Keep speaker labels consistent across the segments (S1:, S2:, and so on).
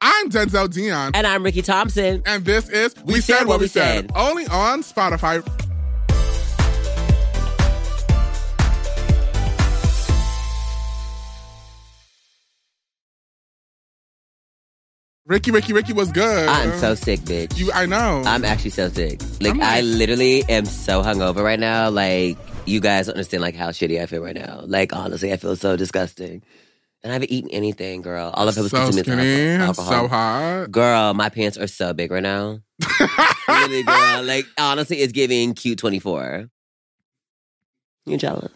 S1: I'm Denzel Dion,
S2: And I'm Ricky Thompson.
S1: and this is We, Said, What We Said, only on Spotify. Ricky, Ricky, Ricky was good.
S2: I'm so sick, bitch.
S1: You, I know.
S2: I'm actually so sick. Like
S1: I'm
S2: I
S1: like-
S2: literally am so hungover right now. Like you guys don't understand like how shitty I feel right now. Like honestly, I feel so disgusting. And I haven't eaten anything, girl. All I've had was
S1: so
S2: consuming
S1: skinny,
S2: alcohol.
S1: so hot.
S2: Girl, my pants are so big right now. really, girl. Like honestly, it's giving cute twenty four. You jealous?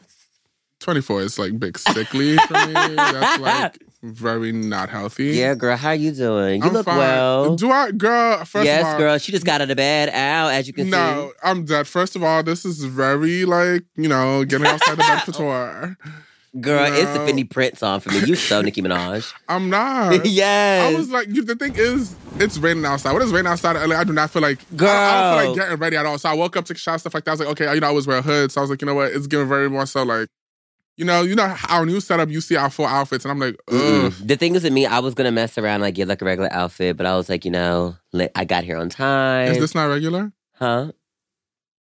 S1: 24 is like big sickly for me. That's like very not healthy.
S2: Yeah, girl. How you doing? You
S1: I'm
S2: look
S1: fine.
S2: well.
S1: Do I, girl? First
S2: yes,
S1: of all,
S2: girl. She just got out of bed. Ow, as you can see.
S1: No, I'm dead. First of all, this is very like you know getting outside the bed couture.
S2: Girl, it's the
S1: No.
S2: Fendi Print song for me. You so Nicki Minaj.
S1: I'm not.
S2: yes.
S1: I was like, you- the thing is, it's raining outside. When it's raining outside, I- like, I do not feel like I, I don't feel
S2: Girl.
S1: like getting ready at all. So I woke up, took a shower, stuff like that. I was like, okay, you know, I always wear a hood, so I was like, you know what, it's giving very more so like, you know, you know our new setup. You see our full outfits, and I'm like, ugh.
S2: Mm-mm. The thing is with me, I was gonna mess around like get like a regular outfit, but I was like, you know, like, I got here on time.
S1: Is this not regular?
S2: huh?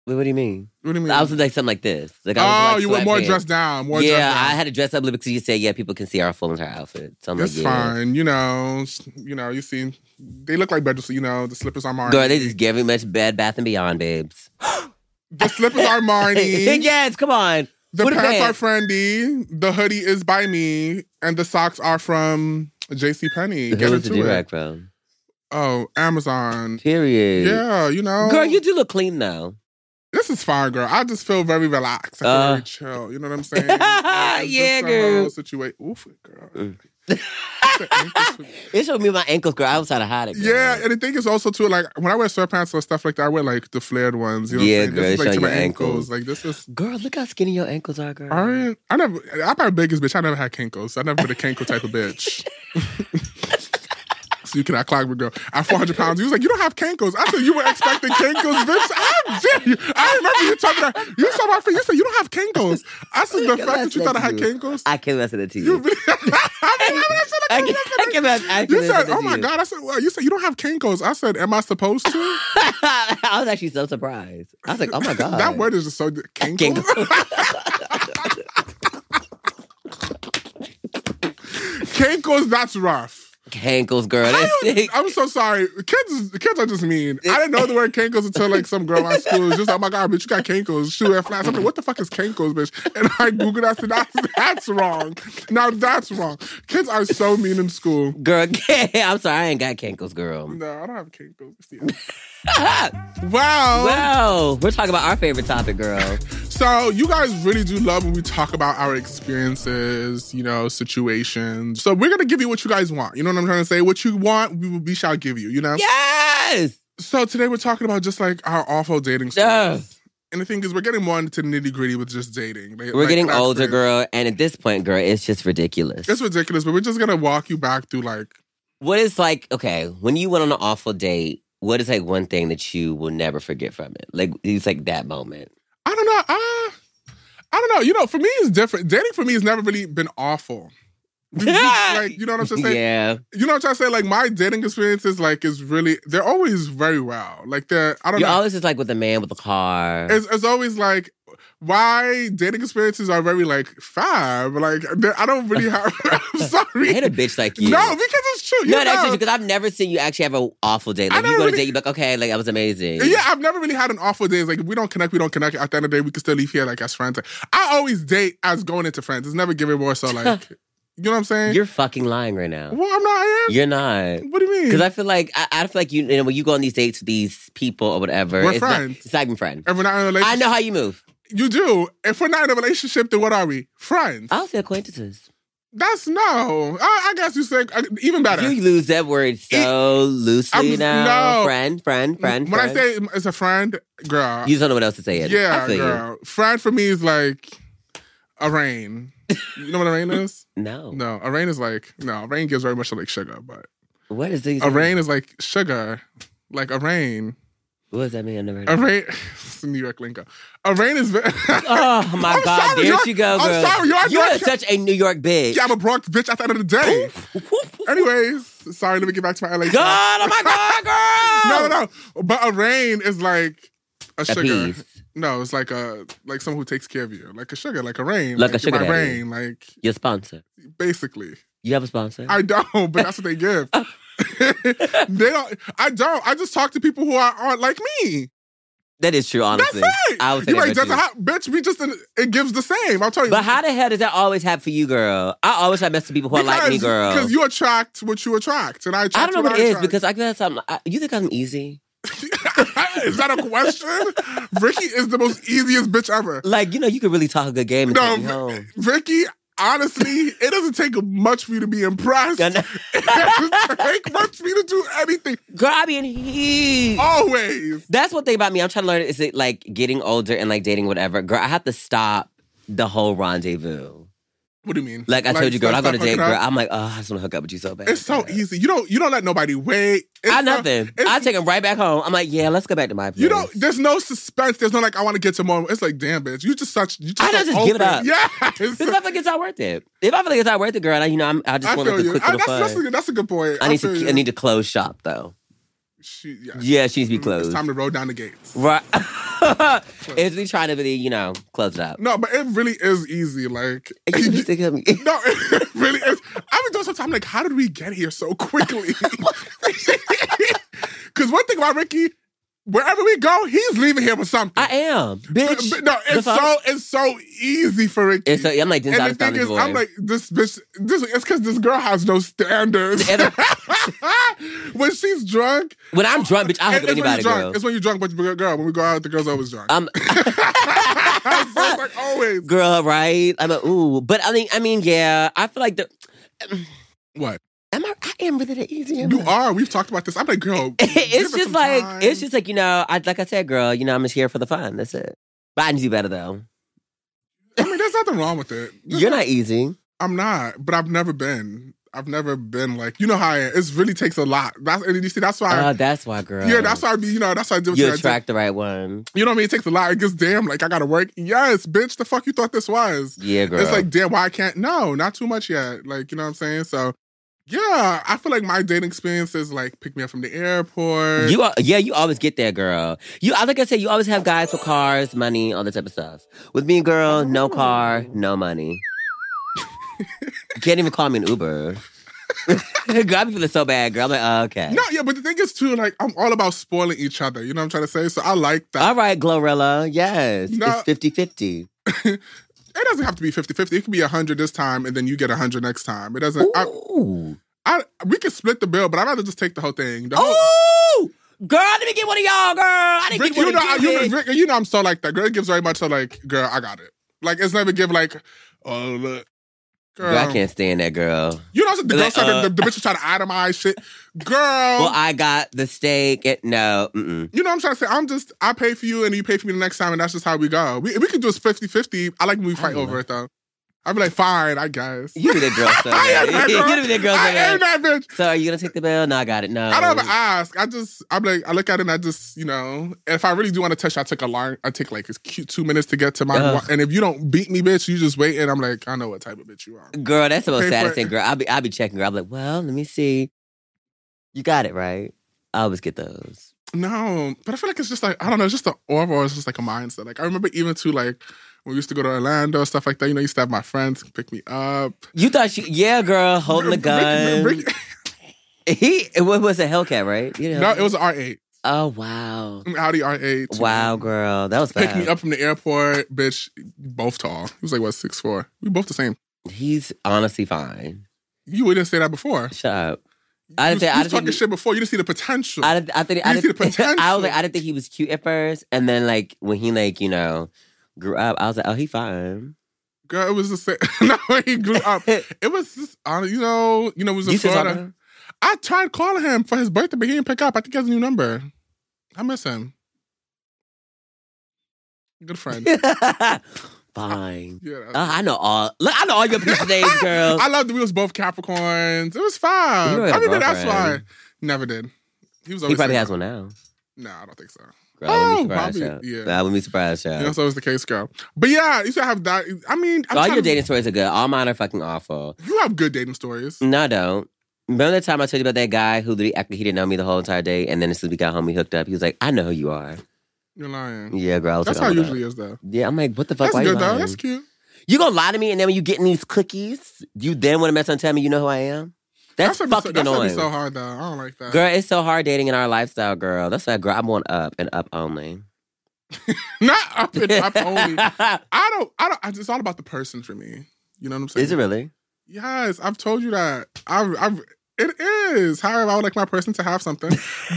S2: Wait, what do you mean?
S1: What do you mean?
S2: I was like something like this. Like I
S1: oh,
S2: was, like,
S1: you were more
S2: sweatpants.
S1: dressed down. More
S2: yeah,
S1: dressed down.
S2: I had to dress up a little bit because you said yeah, people can see our full entire outfit. So I'm
S1: It's
S2: like, yeah.
S1: fine, you know. s- You know, you see, they look like bedrooms. You know, the slippers are Marni.
S2: Girl, they just gave me much Bed Bath and Beyond, babes.
S1: the slippers are Marni.
S2: yes, come on.
S1: The
S2: What a
S1: pants
S2: man.
S1: are Fendi. The hoodie is by me, and the socks are from J.C. Penney. Get
S2: Who was the
S1: into
S2: do-rag
S1: it.
S2: from?
S1: Oh, Amazon.
S2: Period.
S1: Yeah, you know.
S2: Girl, you do look clean though.
S1: This is fine, girl. I just feel very relaxed. I feel
S2: Uh.
S1: very chill. You know what I'm saying? Like, it's
S2: Yeah,
S1: just the
S2: girl.
S1: Whole situation. Oof, girl.
S2: Mm.
S1: The ankles-
S2: It showed me my ankles, girl. I was trying to hide it. Girl.
S1: Yeah, and the thing is also too like when I wear sweatpants or stuff like that, I wear like the flared ones. You know
S2: Yeah,
S1: what I'm saying?
S2: girl,
S1: this is like
S2: show
S1: to my
S2: your
S1: ankles.
S2: ankles.
S1: Like this is
S2: Girl, look how skinny your ankles are, girl.
S1: all right. I never I'm probably biggest bitch. I never had cankles. I never been a cankle type of bitch. so you cannot clock me, girl. At 400 pounds, you was like, you don't have cankles. I said, you were expecting cankles, bitch. How dare you? I remember you talking about, you saw my face. You said, you don't have cankles. I said, the
S2: Look at
S1: fact that
S2: us
S1: you thought I had
S2: next to you.
S1: cankles.
S2: I can listen to
S1: You
S2: you.
S1: really, I mean, I said, I
S2: I
S1: can't
S2: can, I can, I can
S1: You
S2: listen
S1: said,
S2: to
S1: "Oh my
S2: you.
S1: god!" I said, "Well, you said you don't have cankles." I said, "Am I supposed to?"
S2: I was actually so surprised. I was like, oh my god.
S1: that word is just so cankle.
S2: Cankle.
S1: cankles, that's rough.
S2: Cankles, girl.
S1: I
S2: That's
S1: don't-
S2: sick.
S1: I'm so sorry. Kids, kids are just mean. I didn't know the word cankles until like some girl at school was just, "Oh my god, bitch, you got cankles, shoe and flats." I'm like, "What the fuck is cankles, bitch?" And I googled. I said, "That's that's wrong. Now that's wrong." Kids are so mean in school.
S2: Girl, I'm sorry, I ain't got cankles, girl.
S1: No, I don't have cankles. Wow.
S2: Wow, we're talking about our favorite topic, girl.
S1: So you guys really do love when we talk about our experiences, you know, situations. So we're gonna give you what you guys want. You know what I'm trying to say? What you want, we, we shall give you. You know.
S2: yes.
S1: So today we're talking about just like our awful dating stories.
S2: Yes.
S1: And the thing is, we're getting more into nitty gritty with just dating. Like-
S2: We're
S1: like
S2: getting
S1: that's
S2: older,
S1: it.
S2: girl, and at this point, girl, it's just ridiculous.
S1: It's ridiculous, but we're just gonna walk you back through like
S2: What is like, okay, when you went on an awful date, what is like one thing that you will never forget from it? Like it's like that moment.
S1: I don't know. Uh, I don't know. You know, for me, it's different. Dating for me has never really been awful. like, you know what I'm saying?
S2: yeah.
S1: you know what I'm trying to say? Like my dating experiences, like is really they're always very wow. Like they're I don't
S2: You're
S1: know.
S2: always just like with a man with a car.
S1: it's, it's always like why dating experiences are very like fab. Like they're- I don't really have. I'm
S2: I hate
S1: sorry.
S2: a bitch like you.
S1: No, because it's true. You
S2: no, that's
S1: know.
S2: because I've never seen you actually have an awful date.
S1: I
S2: Like you
S1: never
S2: go to
S1: really-
S2: date, you're like, okay, like that was amazing.
S1: Yeah, I've never really had an awful day. It's like if we don't connect, we don't connect. At the end of the day, we can still leave here like as friends. I always date as going into friends. It's never giving more. So like, you know what I'm saying?
S2: You're fucking lying right now.
S1: well, I'm not. I am.
S2: You're not.
S1: What do you mean?
S2: Because I feel like I, I feel like you, you know when you go on these dates with these people or whatever,
S1: We're
S2: it's not,
S1: friends.
S2: it's not even friend.
S1: if we're not in a
S2: I
S1: relationship,
S2: know how you move.
S1: you do. If we're not in a relationship, then what are we? Friends.
S2: I'll say acquaintances.
S1: That's no. I, I guess you said uh, even better.
S2: You use that word so loosely
S1: I'm-
S2: now.
S1: no.
S2: Friend, friend, friend.
S1: when
S2: friend.
S1: I say it's a friend, girl,
S2: you just don't know what else to say. It.
S1: yeah,
S2: I feel
S1: girl. Friend for me is like a rain. You know what a rain is?
S2: you. No.
S1: No, a rain is like no. A rain gives very much like sugar, but
S2: What is these?
S1: a rain is like sugar, like a rain.
S2: What does that mean? I never heard.
S1: A
S2: of it.
S1: rain. It's a New York lingo. A rain is. ve-
S2: Oh my
S1: I'm
S2: God!
S1: sorry,
S2: there
S1: you're-
S2: she go,
S1: I'm
S2: girl.
S1: sorry, you're-
S2: you're
S1: you're-
S2: such a New York bitch.
S1: yeah, I'm a Bronx bitch at the end of the day.
S2: Whoop, whoop,
S1: Anyways, sorry, let me get back to my LA. stuff.
S2: God, oh my God,
S1: No,
S2: girl.
S1: no, no. But a rain is like a
S2: A
S1: sugar.
S2: piece.
S1: No, it's like a like someone who takes care of you, like a sugar, like a rain,
S2: Like a sugar
S1: my
S2: daddy.
S1: rain, like
S2: Your sponsor.
S1: basically.
S2: You have a sponsor?
S1: I don't, but that's what they give. they don't. I don't. I just talk to people who are, aren't like me.
S2: that is true, honestly.
S1: That's right.
S2: I would say
S1: you
S2: that
S1: like
S2: about
S1: that's hot bitch.
S2: you.
S1: We just it gives the same. I'll tell you.
S2: But how the hell does that always happen for you, girl? I always have messed with people who are like me, girl.
S1: Because you attract what you attract, and I attract.
S2: I don't know
S1: what
S2: what it is
S1: I
S2: because I guess I'm. I, you think I'm easy?
S1: because is that a question? Ricky is the most easiest bitch ever.
S2: Like you know, you could really talk a good game and
S1: No,
S2: take me home.
S1: Ricky, honestly, it doesn't take much for you to be impressed.
S2: Yeah,
S1: it
S2: no.
S1: doesn't take much for you to do anything.
S2: Girl, I be in heat.
S1: Oh. Always.
S2: That's one thing about me. I'm trying to learn is it like getting older and like dating whatever. Girl, I have to stop the whole rendezvous.
S1: What do you mean?
S2: Like I told you, girl, I
S1: stop
S2: go to
S1: fucking
S2: date, girl.
S1: up.
S2: I'm like, oh, I just want to hook up with you so bad.
S1: It's so easy. You don't you don't let nobody wait. It's
S2: I
S1: not-
S2: nothing.
S1: it's-
S2: I take him right back home. I'm like, yeah, let's go back to my place.
S1: you don't. There's no suspense. There's no like. I want to get to more. It's like, damn, bitch. You just such. You just
S2: I don't
S1: so
S2: just give it
S1: open.
S2: up. Because if I
S1: Yes.
S2: feel like it's not worth it. If I feel like it's not worth it, girl, I, you know, I'm, I just
S1: I
S2: want like
S1: feel
S2: a
S1: you.
S2: quick
S1: I,
S2: little
S1: that's, that's,
S2: fun.
S1: a, that's a good point.
S2: I need
S1: feel
S2: to.
S1: you.
S2: I need to close shop though.
S1: She, yeah.
S2: Yeah, she needs to be
S1: It's
S2: closed.
S1: time to roll down the gates.
S2: Right. it's me trying to really, you know, close it up.
S1: No, but it really is easy. Like
S2: You can just think of me.
S1: No, it really is. I was doing sometimes like, how did we get here so quickly? Because one thing about Ricky, wherever we go, he's leaving here with something.
S2: I am,
S1: But-
S2: bitch.
S1: but no,
S2: The
S1: it's
S2: fuck?
S1: so it's so easy for Ricky.
S2: It's so, I'm like, this
S1: and the
S2: is
S1: thing is, I'm like this bitch. This it's because this girl has no standards.
S2: And
S1: when she's drunk,
S2: when I'm drunk, bitch, I
S1: and it's
S2: hook up
S1: when you're
S2: anybody,
S1: drunk.
S2: girl. Uh,
S1: It's when you're drunk, but but girl, when we go out, the girl's always drunk.
S2: I'm
S1: so it's like always.
S2: girl, right? I'm a ooh, but I mean, I mean, yeah, I feel like the
S1: What
S2: am I? I am really the easy. am
S1: you
S2: I?
S1: are? We've talked about this. I'm like, girl, give it
S2: it's just
S1: some
S2: like
S1: time.
S2: it's just like you know, I like I said, girl, you know, I'm just here for the fun. That's it. But I need to do better though.
S1: I mean, there's nothing wrong with it.
S2: You're not easy.
S1: I'm not, but I've never been. I've never been like you know how I am. It really takes a lot. That's and you see, that's why.
S2: Oh, that's why, girl.
S1: yeah, that's why I be. You know, that's why I do. what
S2: you
S1: I do.
S2: attract the right one.
S1: You know what I mean? It takes a lot. It gets damn like I gotta work. Yes, bitch, the fuck you thought this was.
S2: Yeah, girl.
S1: It's like damn, why I can't no, not too much yet. Like, you know what I'm saying? So yeah, I feel like my dating experience is like pick me up from the airport.
S2: You are, yeah, you always get there, girl. You, I like I said, you always have guys with cars, money, all that type of stuff. With me, girl, no car, no money. Can't even call me an Uber. girl, I be feeling so bad, girl. I'm like, oh, okay.
S1: no, yeah, but the thing is too, like I'm all about spoiling each other. You know what I'm trying to say? So I like that.
S2: All right, Glorilla. Yes.
S1: No.
S2: It's 50 50.
S1: It doesn't have to be 50-50. It could be hundred this time and then you get hundred next time. It doesn't I,
S2: Ooh.
S1: I we could split the bill, but I'd rather just take the whole thing. The whole
S2: Ooh. Girl, let me get one of y'all, girl. I didn't
S1: Rick,
S2: get
S1: you
S2: one
S1: know,
S2: of
S1: I-
S2: you.
S1: you,
S2: bitch.
S1: Rick, you know, I'm so like that. Girl it gives very much so like, girl, I got it. Like it's never give like, oh look, girl,
S2: Girl, I can't stand that girl.
S1: You know, the girl
S2: Like,
S1: sucker,
S2: uh,
S1: the, the bitch is trying to itemize shit. Girl,
S2: Well, I got the steak. At, no, mm-mm.
S1: you know what I'm trying to say? I'm just, I pay for you and you pay for me the next time, and that's just how we go. We, we can do this 50 50. I like when we fight
S2: don't
S1: over it though. I'd be like, fine, I guess.
S2: you be that girl so
S1: I
S2: bad.
S1: am that
S2: you
S1: girl.
S2: be that girl so
S1: I
S2: bad.
S1: am that bitch.
S2: So are you gonna take the bill? No, I got it. No,
S1: I don't ever ask. I just, I'm like, I look at it and I just, you know, if I really do want to touch, I took a long, I take like it's cute two minutes to get to my,
S2: Ugh.
S1: and if you don't beat me, bitch, you just wait, and I'm like, I know what type of bitch you are.
S2: Girl, that's the most
S1: Pay for
S2: saddest
S1: it.
S2: thing, girl. I'll be I'll be checking, girl. I'm like, well, let me see. You got it right. I always get those.
S1: No, but I feel like it's just like I don't know, it's just the overall, it's just like a mindset. Like I remember even too like when we used to go to Orlando stuff like that. You know, I used to have my friends pick me up.
S2: You thought you yeah, girl, holding the
S1: Rick-
S2: gun.
S1: Rick- Rick-
S2: He it wa- was a Hellcat, right? You know.
S1: no, it was an R8,
S2: Oh wow.
S1: an mm, Audi R8.
S2: Wow, girl. That was
S1: Pick
S2: bad.
S1: me up from the airport, bitch. Both tall. He was like what six four. We both the same.
S2: He's honestly fine.
S1: You wouldn't say that before.
S2: Shut up. I
S1: You
S2: didn't
S1: was,
S2: think
S1: you
S2: I
S1: was
S2: didn't
S1: talking
S2: think,
S1: shit before. You didn't see the potential.
S2: I didn't, I, think, I,
S1: You see the
S2: didn't, I was like,
S1: potential.
S2: I didn't think he was cute at first. And then like when he like, you know, grew up, I was like, oh, he fine.
S1: Girl, it was the same. no, when he grew up. It was just, hon- you know, you know, we was in
S2: You still talking to
S1: Florida.
S2: him?
S1: I tried calling him for his birthday, but he didn't pick up. I think he has a new number. I miss him. Good friend.
S2: Fine.
S1: Yeah. that's-
S2: Uh, I know all. Look, I know all your people's names, girl.
S1: I loved that we was both Capricorns. It was fine.
S2: You really had
S1: I
S2: a
S1: mean, that's why.
S2: girlfriend.
S1: Never did. He was
S2: He
S1: always
S2: probably has
S1: single.
S2: one now.
S1: No, I don't think so.
S2: Girl, I
S1: Oh,
S2: wouldn't be surprised.
S1: probably,
S2: y'all.
S1: yeah.
S2: I wouldn't be surprised, y'all.
S1: That's always the case, girl. But yeah, you should have that. I mean, I'm
S2: all
S1: trying
S2: your
S1: to-
S2: dating stories are good. All mine are fucking awful.
S1: You have good dating stories.
S2: No, I don't. Remember that time I told you about that guy who literally acted like he didn't know me the whole entire day, and then as soon as we got home, we hooked up. He was like, "I know who you are."
S1: You're lying.
S2: Yeah, girl. I was
S1: That's
S2: like,
S1: how
S2: "Oh,
S1: it
S2: no."
S1: usually is though.
S2: Yeah, I'm like, what the fuck?
S1: That's
S2: Why you
S1: good though.
S2: lying?
S1: That's cute.
S2: You gonna lie to me, and then when you getting these cookies, you then want to mess on tell me you know who I am? That's,
S1: gonna be so,
S2: fucking
S1: that's gonna
S2: annoying.
S1: be so hard though. I don't like that.
S2: Girl, it's so hard dating in our lifestyle, girl. That's why, girl, I'm on up and up only.
S1: Not up and up only. I don't. I don't. I- It's all about the person for me. You know what I'm saying?
S2: Is it really?
S1: Yes, I've told you that. I've, I've, it is. However, I would like my person to have something,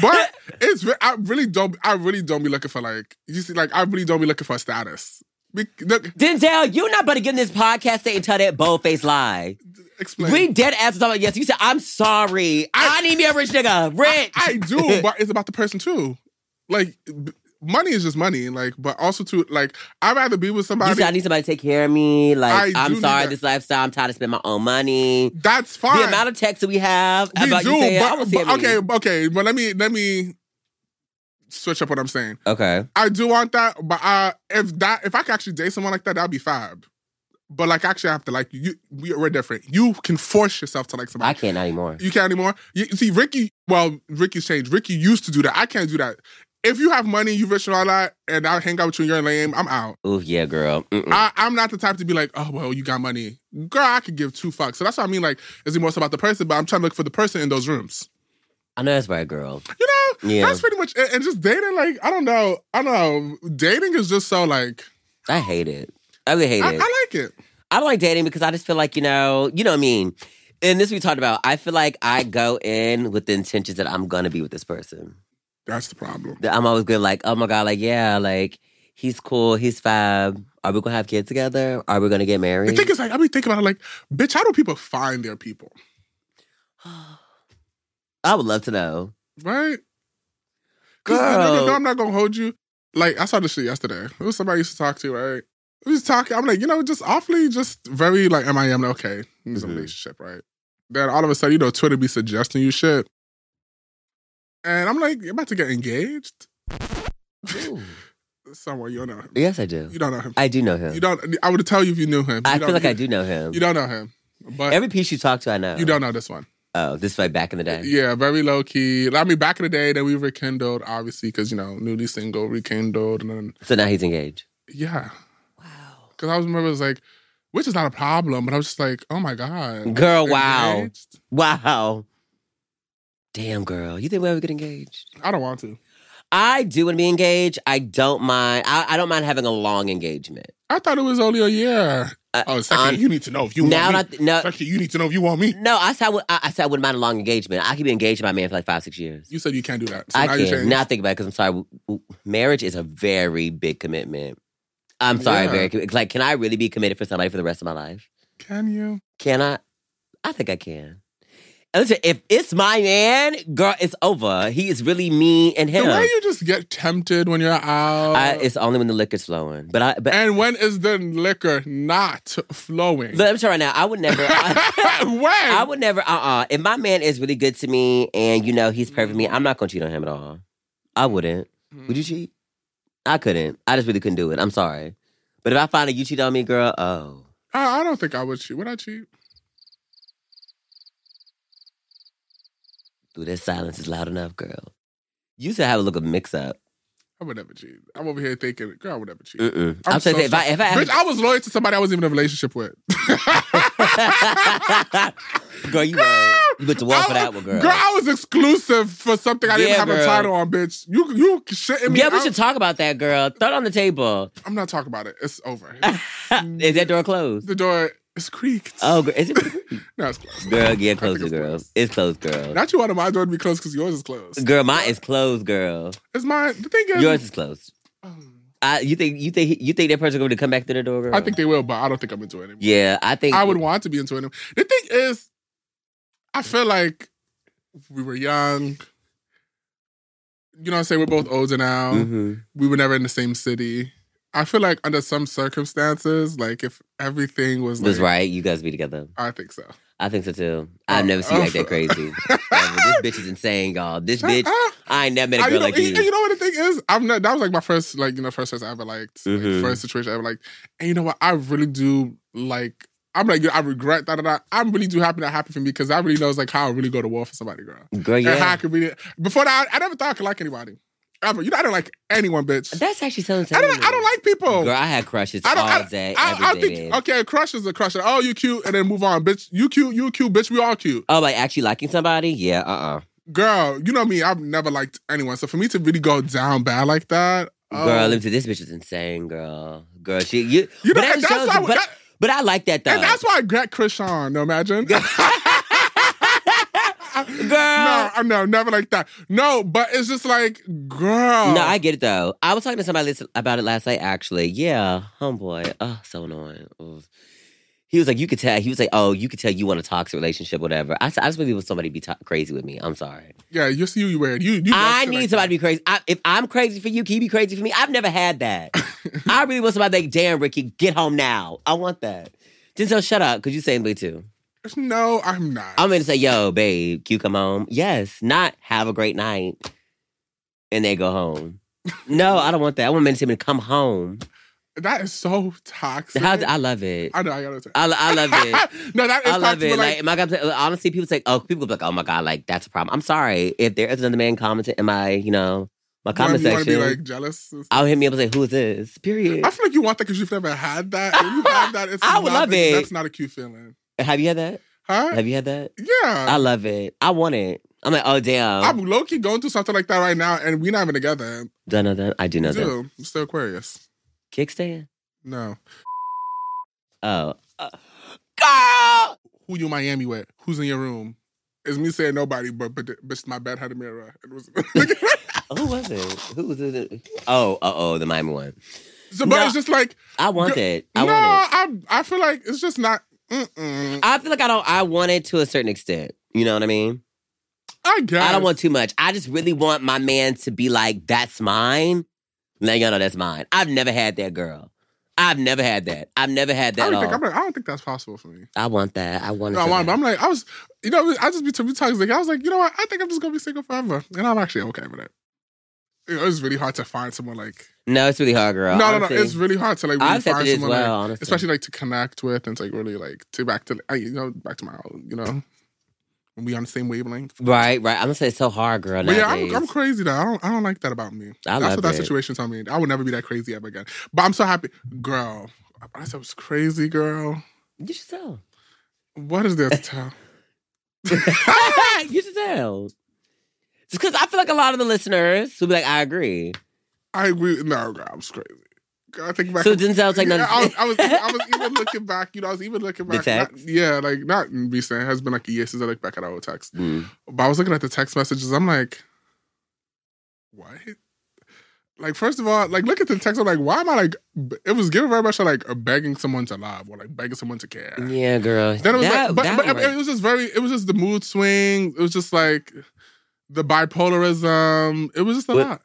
S1: but it's. re- I really don't. I really don't be looking for like. You see, like I really don't be looking for a status. Be, look,
S2: Denzel, you're not about to get in this podcast and tell that bold faced lie.
S1: explain.
S2: we dead asses all like, yes. You said, I'm sorry. I, need me a rich nigga. Rich.
S1: I do, but it's about the person too. Like, b- money is just money. Like, but also to like, I'd rather be with
S2: you
S1: somebody.
S2: said, I need somebody to take care of me. Like,
S1: I
S2: I'm
S1: do
S2: sorry,
S1: need that.
S2: this lifestyle. I'm tired to spend my own money.
S1: that's fine.
S2: The amount of texts that we have
S1: we
S2: about
S1: do,
S2: you saying, I
S1: but,
S2: don't see
S1: but-
S2: a meeting.
S1: okay, okay. But let me let me switch up what I'm saying.
S2: Okay.
S1: I do want that, but uh, if that if I could actually date someone like that, that'd be fab. But like, actually, I have to like you. We, we're different. You can force yourself to like
S2: I
S1: somebody.
S2: can't not anymore.
S1: You can't anymore. You, see, Ricky. Well, Ricky's changed. Ricky used to do that. I can't do that. If you have money, you rich and all that, and I hang out with you and you're lame, I'm out.
S2: Ooh, yeah, girl. Mm-mm.
S1: I, I'm not the type to be like, oh well, you got money, girl. I could give two fucks. So that's what I mean. Like, is it more so about the person? But I'm trying to look for the person in those rooms.
S2: I know that's right, girl.
S1: You know,
S2: Yeah.
S1: that's pretty much. it. And just dating, like, I don't know, I don't know. Dating is just so like.
S2: I hate it. I really hate
S1: I,
S2: it.
S1: I like it.
S2: I don't like dating because I just feel like, you know, you know what I mean. And this we talked about. I feel like I go in with the intentions that I'm gonna be with this person.
S1: That's the problem.
S2: That I'm always good, like, oh my god, like yeah, like he's cool, he's fab. Are we gonna have kids together? Are we gonna get
S1: The
S2: married?
S1: thing is, like, I be thinking about it, like, bitch, how do people find their people,
S2: I would love to know.
S1: right? 'Cause No, no,
S2: Girl.
S1: no, I'm not gonna hold you. Like, I saw this shit yesterday. It was somebody I used to talk to, right? We was talking. I'm like, you know, just awfully, just very like, am I am okay? He's in a
S2: Mhm.
S1: relationship, right? Then all of a sudden, you know, Twitter be suggesting you shit, and I'm like, you're about to get engaged.
S2: Ooh.
S1: Someone you don't know him.
S2: yes, I do.
S1: You don't know him.
S2: I do know
S1: You
S2: him.
S1: don't. I would tell you if you knew him.
S2: I
S1: You don't-
S2: feel like
S1: you,
S2: I do know him.
S1: You don't know him, but
S2: Every piece you talk to, I know.
S1: you don't know this one.
S2: Oh, this way back in the day.
S1: Yeah, very low key. I mean, back in the day, then we rekindled, obviously, because you know, newly single, rekindled, and then
S2: So now he's engaged.
S1: yeah,
S2: Wow.
S1: because I was remember it was like, which is not a problem, but I was just like, oh my god,
S2: Girl, wow.
S1: Engaged?
S2: Wow. Damn, girl. You think we ever get engaged?
S1: I don't want to.
S2: I do want to be engaged. I don't mind. I, I don't mind having a long engagement.
S1: I thought it was only a year.
S2: Uh,
S1: oh, second,
S2: um,
S1: you need to know if you
S2: now
S1: want me.
S2: that no,
S1: Second, you need to know if you want me.
S2: no, I said I, would, I, I said I wouldn't mind a long engagement. I could be engaged to my man for like five, six years.
S1: You said you can't do that. So
S2: I
S1: now you
S2: can
S1: changed.
S2: now I think about it because I'm sorry. w- w- Marriage is a very big commitment. I'm sorry,
S1: Yeah.
S2: very commi- like. Can I really be committed for somebody for the rest of my life?
S1: Can you?
S2: Can I? I think I can. And listen, if it's my man, girl, it's over. He is really me and him.
S1: The way you just get tempted when you're out.
S2: I, it's only when the liquor's flowing. But I, but
S1: and when is the liquor not flowing?
S2: let me tell you right now, I would never.
S1: when?
S2: I would never. Uh. uh If my man is really good to me, and you know he's perfect to me, I'm not gonna cheat on him at all. I wouldn't. Would you
S1: Mm.
S2: cheat? I couldn't. I just really couldn't do it. I'm sorry. But if I find out you cheat on me, girl, oh,
S1: I, I don't think I would cheat. Would I cheat?
S2: dude, that silence is loud enough, girl. You should have a look of mix up.
S1: I would never cheat. I'm over here thinking, girl, I would never cheat.
S2: Mm-mm. I'm,
S1: I'm
S2: saying
S1: so
S2: if I if Uh, I,
S1: Bitch, I was loyal to somebody I wasn't even in a relationship with.
S2: girl, you went, you went to war for that one, girl.
S1: Girl, I was exclusive for something I didn't
S2: Yeah,
S1: have
S2: girl.
S1: a title on, bitch. You you shitting me.
S2: yeah, we
S1: out?
S2: should talk about that, girl. Throw it on the table.
S1: I'm not talking about it. It's over.
S2: is that door closed?
S1: the door is creaked.
S2: Oh, girl, is it?
S1: No, it's closed.
S2: Girl, yeah, close
S1: think it's
S2: it, girl.
S1: closed.
S2: It's closed, girl.
S1: Not you wanted my door to be closed because yours is closed.
S2: Girl, mine is closed, girl.
S1: It's mine. The thing is,
S2: Yours is closed.
S1: um,
S2: I, you think you think you think that person going to come back to the door, girl?
S1: I think they will, but I don't think I'm into it anymore.
S2: yeah, I think
S1: I would want to be into it. The thing is, I feel like we were young. You know what I'm saying? We're both older now.
S2: Mhm.
S1: We were never in the same city. I feel like under some circumstances, like if everything was like,
S2: was right. You guys be together.
S1: I think so.
S2: I think so too. I've
S1: Oh,
S2: never seen you act
S1: oh.
S2: that crazy. Ever. this bitch is insane, y'all. This bitch,
S1: Ah,
S2: I ain't never met
S1: ah,
S2: a
S1: you,
S2: girl
S1: know,
S2: like
S1: and- and you
S2: you.
S1: know what the thing is? I'm not. That was like my first, like you know, first person I ever liked, like,
S2: Mhm.
S1: first situation I ever liked. And you know what? I really do like. I'm like, yo, I regret that. that. I'm really do happy that happened for me because I really knows like how I really go to war for somebody, girl.
S2: Girl,
S1: And how I
S2: yeah.
S1: could really before that, I, I never thought I could like anybody ever. You know, I don't like anyone, bitch.
S2: That's actually so
S1: I
S2: intelligent.
S1: don't. I don't like people.
S2: Girl, I had crushes
S1: I don't.
S2: all
S1: I,
S2: day,
S1: I, I
S2: every day.
S1: think
S2: babe.
S1: okay, crush is a crush. Oh, you cute, and then move on, bitch. You cute, you cute, bitch. We all cute,
S2: Oh, like actually liking somebody? Yeah, uh
S1: girl. You know me. I've never liked anyone, so for me to really go down bad like that,
S2: uh
S1: oh.
S2: Girl, let me see, this bitch is insane, girl. Girl, she, you,
S1: You know,
S2: but, that
S1: and that's
S2: shows-
S1: why-
S2: but,
S1: that-
S2: but I like that though.
S1: and that's why I got Chris on. No, imagine.
S2: Girl.
S1: No, I no, never like that. No, but it's just like, girl.
S2: No, I get it though. I was talking to somebody lis- about it last night, actually. Yeah, homeboy. Oh, so annoying. Ugh. He was like, you could tell. He was like, oh, you could tell you want a toxic relationship, whatever. I, s- I just want people somebody to be to- crazy with me. I'm sorry.
S1: yeah, you see, you weird. You, you love
S2: I
S1: shit
S2: need
S1: like
S2: somebody to be crazy. I, if I'm crazy for you, can you be crazy for me? I've never had that. I really want somebody like, damn, Ricky, get home now. I want that. Denzel, shut up, because you saying me too.
S1: that. No, I'm not.
S2: I'm gonna say, yo, babe, can you come home? Yes, not have a great night. And they go home. No, I don't want that. I want men to tell me to come home.
S1: that is so toxic.
S2: How, I love it.
S1: I know. I gotta say.
S2: I, I love it.
S1: no, that is
S2: I love
S1: toxic,
S2: it.
S1: but,
S2: Like, my God, honestly, people say, oh, people be like, oh my God, like, that's a problem. I'm sorry. If there is another man commenting in my, you know, my
S1: you wanna
S2: comment
S1: be- you wanna
S2: section,
S1: be like jealous. and
S2: I'll hit me up and say, who is this? Period.
S1: I feel like you want that because you've never had that. When you have that, it's
S2: I would
S1: not-
S2: love it.
S1: That's not a cute feeling,
S2: Have you had that?
S1: huh? Uh,
S2: Have you had that? I
S1: Yeah,
S2: love it. I want it. I'm like, oh, damn.
S1: I'm low key going through something like that right now, and we're not even together.
S2: do I know that? I do know that.
S1: Dude, I'm still Aquarius.
S2: Kickstand?
S1: No,
S2: Oh. Uh, girl!
S1: who you Miami with? Who's in your room? It's me saying nobody, but but bitch, my bed had a mirror. It was.
S2: Who was it? Who was it? Oh, uh oh, the Miami one.
S1: so, but
S2: No.
S1: it's just like
S2: I want
S1: Girl,
S2: it. I
S1: no,
S2: want it.
S1: I I feel like it's just not. Mm-mm.
S2: I feel like I don't. I want it to a certain extent. You know what I mean?
S1: I guess
S2: I don't want too much. I just really want my man to be like, "That's mine." Like, you know, that's mine. I've never had that girl. I've never had that. I've never had
S1: I
S2: that. at
S1: don't think
S2: all.
S1: I'm like, I don't think that's possible for me.
S2: I want that. I want it.
S1: No, I
S2: so
S1: want, Oh, but
S2: bad.
S1: I'm like I was, you know, I just be to be toxic. I was like, you know what? I think I'm just gonna be single forever, and I'm actually okay with it. You know, it's really hard to find someone like
S2: no, it's really hard, girl.
S1: no,
S2: honestly.
S1: no, no. It's really hard to like
S2: I
S1: really
S2: accepted
S1: find
S2: it as
S1: someone, like,
S2: well, honestly.
S1: especially like to connect with and to like really like to back to I- you know back to my you know when we on the same wavelength.
S2: right, right. I'm gonna say it's so hard, girl.
S1: But yeah,
S2: nowadays.
S1: I'm, I'm crazy though. I don't I don't like that about me.
S2: I
S1: That's
S2: love
S1: what that
S2: it.
S1: situation told me. I would never be that crazy ever again. But I'm so happy, girl. I said it was crazy, girl.
S2: You should tell.
S1: What is there to tell?
S2: you should tell. Because I feel like a lot of the listeners will be like, "I agree."
S1: I agree. No, girl, I was crazy. Girl, I think back.
S2: So Denzel's like, "No."
S1: Yeah, I, was, I was, I was even looking back. You know, I was even looking
S2: The
S1: back. not-
S2: text?
S1: yeah, like not recent. It has been like a year since I looked back at our text.
S2: Mm.
S1: But I was looking at the text messages. I'm like, what? Like, first of all, like, look at the text. I'm like, why am I like? b- It was given very much like begging someone to love or like begging someone to care.
S2: Yeah, girl.
S1: Then it was
S2: That-
S1: like, but,
S2: that
S1: but
S2: one right
S1: it was just very. It was just the mood swings. It was just like the bipolarism. It was just a
S2: What-
S1: lot.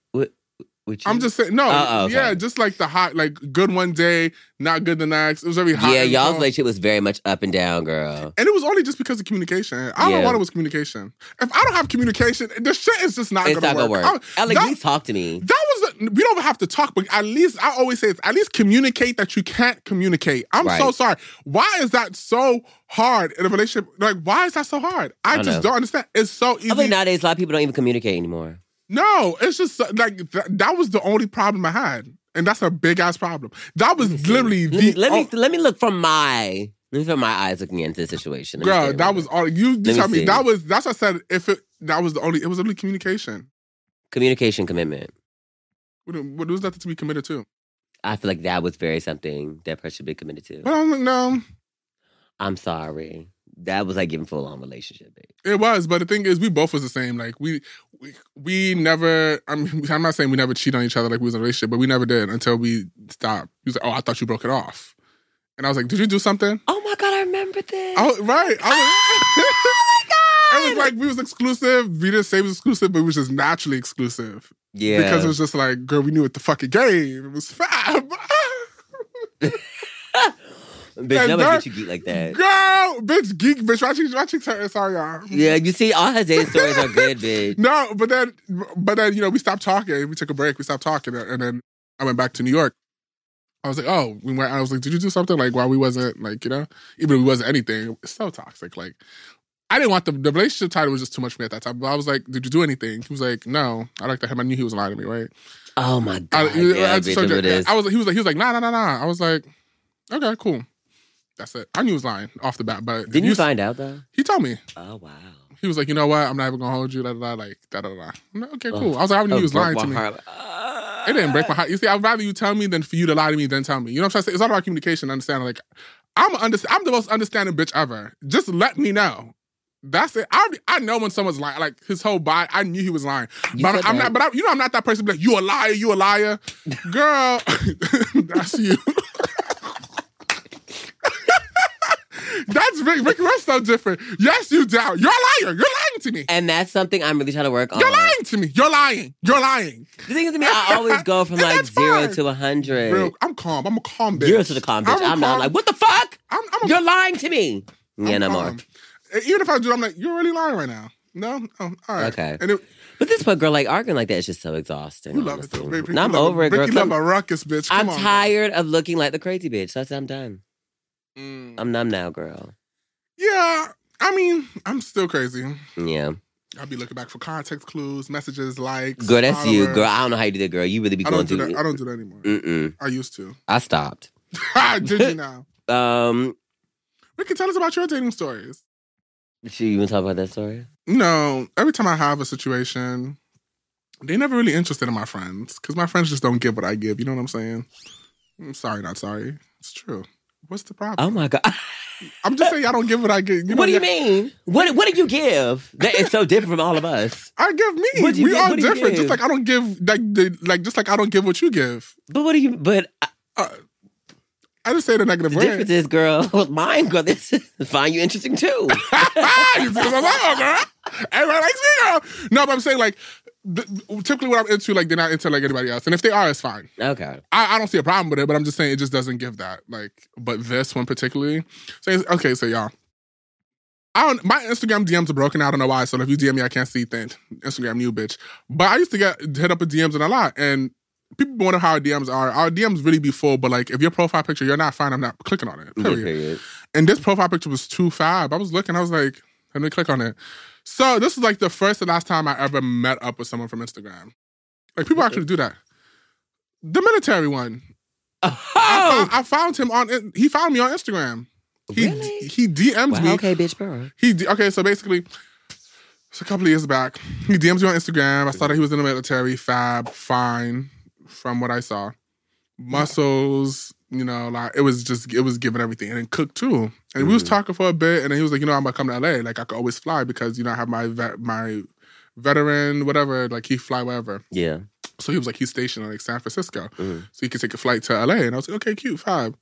S2: Would you-
S1: I'm just saying, no,
S2: Oh, oh, okay.
S1: yeah, just like the hot, like good one day, not good the next. It was very hot.
S2: Yeah,
S1: and
S2: y'all's
S1: cold.
S2: relationship was very much up and down, girl.
S1: and it was only just because of communication. All I
S2: Yeah.
S1: wanted was communication. If I don't have communication, the shit is just not
S2: It's
S1: gonna
S2: not gonna
S1: work.
S2: work.
S1: I'm-
S2: Alex,
S1: that-
S2: please talk to me.
S1: that was a, we don't have to talk, but at least I always say it's at least communicate that you can't communicate. I'm so
S2: Right.
S1: sorry. Why is that so hard in a relationship? Like, why is that so hard? I,
S2: I
S1: just
S2: know.
S1: don't understand. It's so easy.
S2: I think nowadays a lot of people don't even communicate anymore.
S1: No, it's just uh, like th- that was the only problem I had, and that's a big ass problem. That was literally the
S2: Let me let me,
S1: oh,
S2: let me look from my let me from my eyes looking into the situation. Let me
S1: girl.
S2: see.
S1: That was all you. you
S2: me
S1: tell me
S2: see.
S1: that was that's what I said. If it that was the only, it was only communication.
S2: communication commitment.
S1: What, what was that to be committed to?
S2: I feel like that was very something that person should be committed to.
S1: Well, I'm like, no,
S2: I'm sorry. That was like giving full on relationship. Babe.
S1: it was. But the thing is, we both was the same. Like we, we, we never. I'm, I'm not saying we never cheat on each other like we was in a relationship, but we never did until we stopped. He was like, "Oh, I thought you broke it off," and I was like, "Did you do something?"
S2: Oh my god, I remember this.
S1: Oh, right. I was,
S2: my
S1: It was like we was exclusive. We didn't say it was exclusive, but it was just naturally exclusive
S2: yeah.
S1: because it was just like, girl, we knew what the fucking game. It was fab.
S2: Bitch, nobody
S1: that-
S2: get you geek like that.
S1: girl, bitch, geek, bitch. Watching, watching. Sorry, y'all.
S2: Yeah, you see, all her dating stories are good, bitch.
S1: No, but then, but then you know, we stopped talking. We took a break. We stopped talking, and then I went back to New York. I was like, oh, we went. I was like, did you do something like while we wasn't like you know, even if it wasn't anything, it's so toxic. Like, I didn't want the the relationship title was just too much for me at that time. But I was like, did you do anything? He was like, no. I like him. I knew he was lying to me, right?
S2: Oh my
S1: I,
S2: god!
S1: I-
S2: yeah,
S1: I-
S2: I,
S1: so- I was. He was like, he was like, nah, nah, nah, nah. I was like, okay, cool. That's it. I knew he was lying off the bat, but
S2: Didn't you
S1: s-
S2: find out though?
S1: He told me.
S2: Oh wow!
S1: He was like, you know what? I'm not even gonna hold you. Da da da. Like da da da. I'm like, okay,
S2: Oh.
S1: cool. I was like, I knew
S2: Oh,
S1: he was lying
S2: broke my
S1: to me.
S2: heart.
S1: It didn't break my heart. You see, I'd rather you tell me than for you to lie to me than tell me. You know what I'm trying to say? It's all about communication. Understanding. Like, I'm under- I'm the most understanding bitch ever. Just let me know. That's it. I I know when someone's lying. Like his whole body, I knew he was lying.
S2: You
S1: but I'm,
S2: said
S1: I'm
S2: that.
S1: not. But I, you know, I'm not that person. Like you a liar. You a liar, girl. that's you. that's Rick. Rick Ross so different. Yes, you doubt. You're a liar. You're lying to me.
S2: And that's something I'm really trying to work on.
S1: You're lying to me. You're lying. You're lying.
S2: The thing is, to me, I always go from
S1: And
S2: like
S1: that's
S2: zero
S1: fine.
S2: to a hundred.
S1: Real, I'm calm. I'm a calm bitch.
S2: Zero to the calm, bitch.
S1: a
S2: I'm, not I'm
S1: calm-
S2: like, what the fuck?
S1: I'm, I'm a
S2: You're lying to me. yeah,
S1: I'm
S2: no more.
S1: calm. E, Even if I do, I'm like, you're really lying right now. No, oh, all right.
S2: Okay.
S1: And it,
S2: But this point, girl, like arguing like that is just so exhausting.
S1: you love it though,
S2: honestly.
S1: baby.
S2: No, I'm over it, girl.
S1: You love
S2: 'cause
S1: a ruckus, bitch. Come
S2: I'm,
S1: on,
S2: I'm
S1: girl.
S2: tired of looking like the crazy bitch. That's I'm done.
S1: Mm.
S2: I'm numb now, girl.
S1: Yeah, I mean, I'm still crazy.
S2: Yeah,
S1: I'll be looking back for context clues, messages, likes.
S2: girl, that's you,
S1: followers.
S2: girl. I don't know how you do that, girl. You really be
S1: I
S2: going
S1: don't do
S2: through. Mm.
S1: that. I don't do that anymore.
S2: Mm-mm.
S1: I used to.
S2: I stopped.
S1: Did you now?
S2: Um,
S1: We can tell us about your dating stories.
S2: shoot, you want to talk about that story?
S1: You know, every time I have a situation, they never really interested in my friends because my friends just don't give what I give. You know what I'm saying? I'm sorry, not sorry. It's true. What's the problem?
S2: Oh my god!
S1: I'm just saying I don't give what I give.
S2: uh, what do you
S1: yeah,
S2: mean? What What do you give? That is so different from all of us.
S1: I give me.
S2: What do you
S1: we
S2: give?
S1: all
S2: What do you
S1: different.
S2: give?
S1: Just like I don't give like the, like just like I don't give what you give.
S2: But what do you? But uh,
S1: Uh, I just say the negative
S2: the difference
S1: word.
S2: is, girl, mine, girl, this is find you interesting too.
S1: Ah, you see what I'm saying, girl? Everybody likes me, girl. No, but I'm saying like th- typically what I'm into, like they're not into like anybody else, and if they are, it's fine.
S2: okay.
S1: I, I don't see a problem with it, but I'm just saying it just doesn't give that. Like, but this one particularly. So it's- okay, so y'all. I don't, my Instagram DMs are broken. I don't know why. So if you DM me, I can't see things. Instagram, you bitch. But I used to get hit up with DMs in a lot, and people wonder how our DMs are. Our DMs really be full, but like if your profile picture, you're not fine. I'm not clicking on it.
S2: Yeah,
S1: Period.
S2: period.
S1: And this profile picture was too fab. I was looking, I was like, let me click on it. So this is like the first and last time I ever met up with someone from Instagram. Like people actually do that. The military one. I,
S2: Oh,
S1: found, I found him on. He found me on Instagram. He
S2: Really?
S1: he DMs
S2: Wow,
S1: me.
S2: okay, bitch, bro.
S1: He d- okay. So basically, it's a couple of years back. He DMs me on Instagram. I saw that he was in the military. Fab, fine. From what I saw, muscles. You know, like it was just it was giving everything, and then cook too. And we was
S2: Mhm.
S1: talking for a bit, and then he was like, you know, I'm gonna come to LA. Like I could always fly because you know I have my vet, my veteran, whatever. Like he fly wherever.
S2: Yeah.
S1: So he was like he's stationed in like San Francisco
S2: Mhm.
S1: so you could take a flight to LA. And I was like, okay, cute, fab.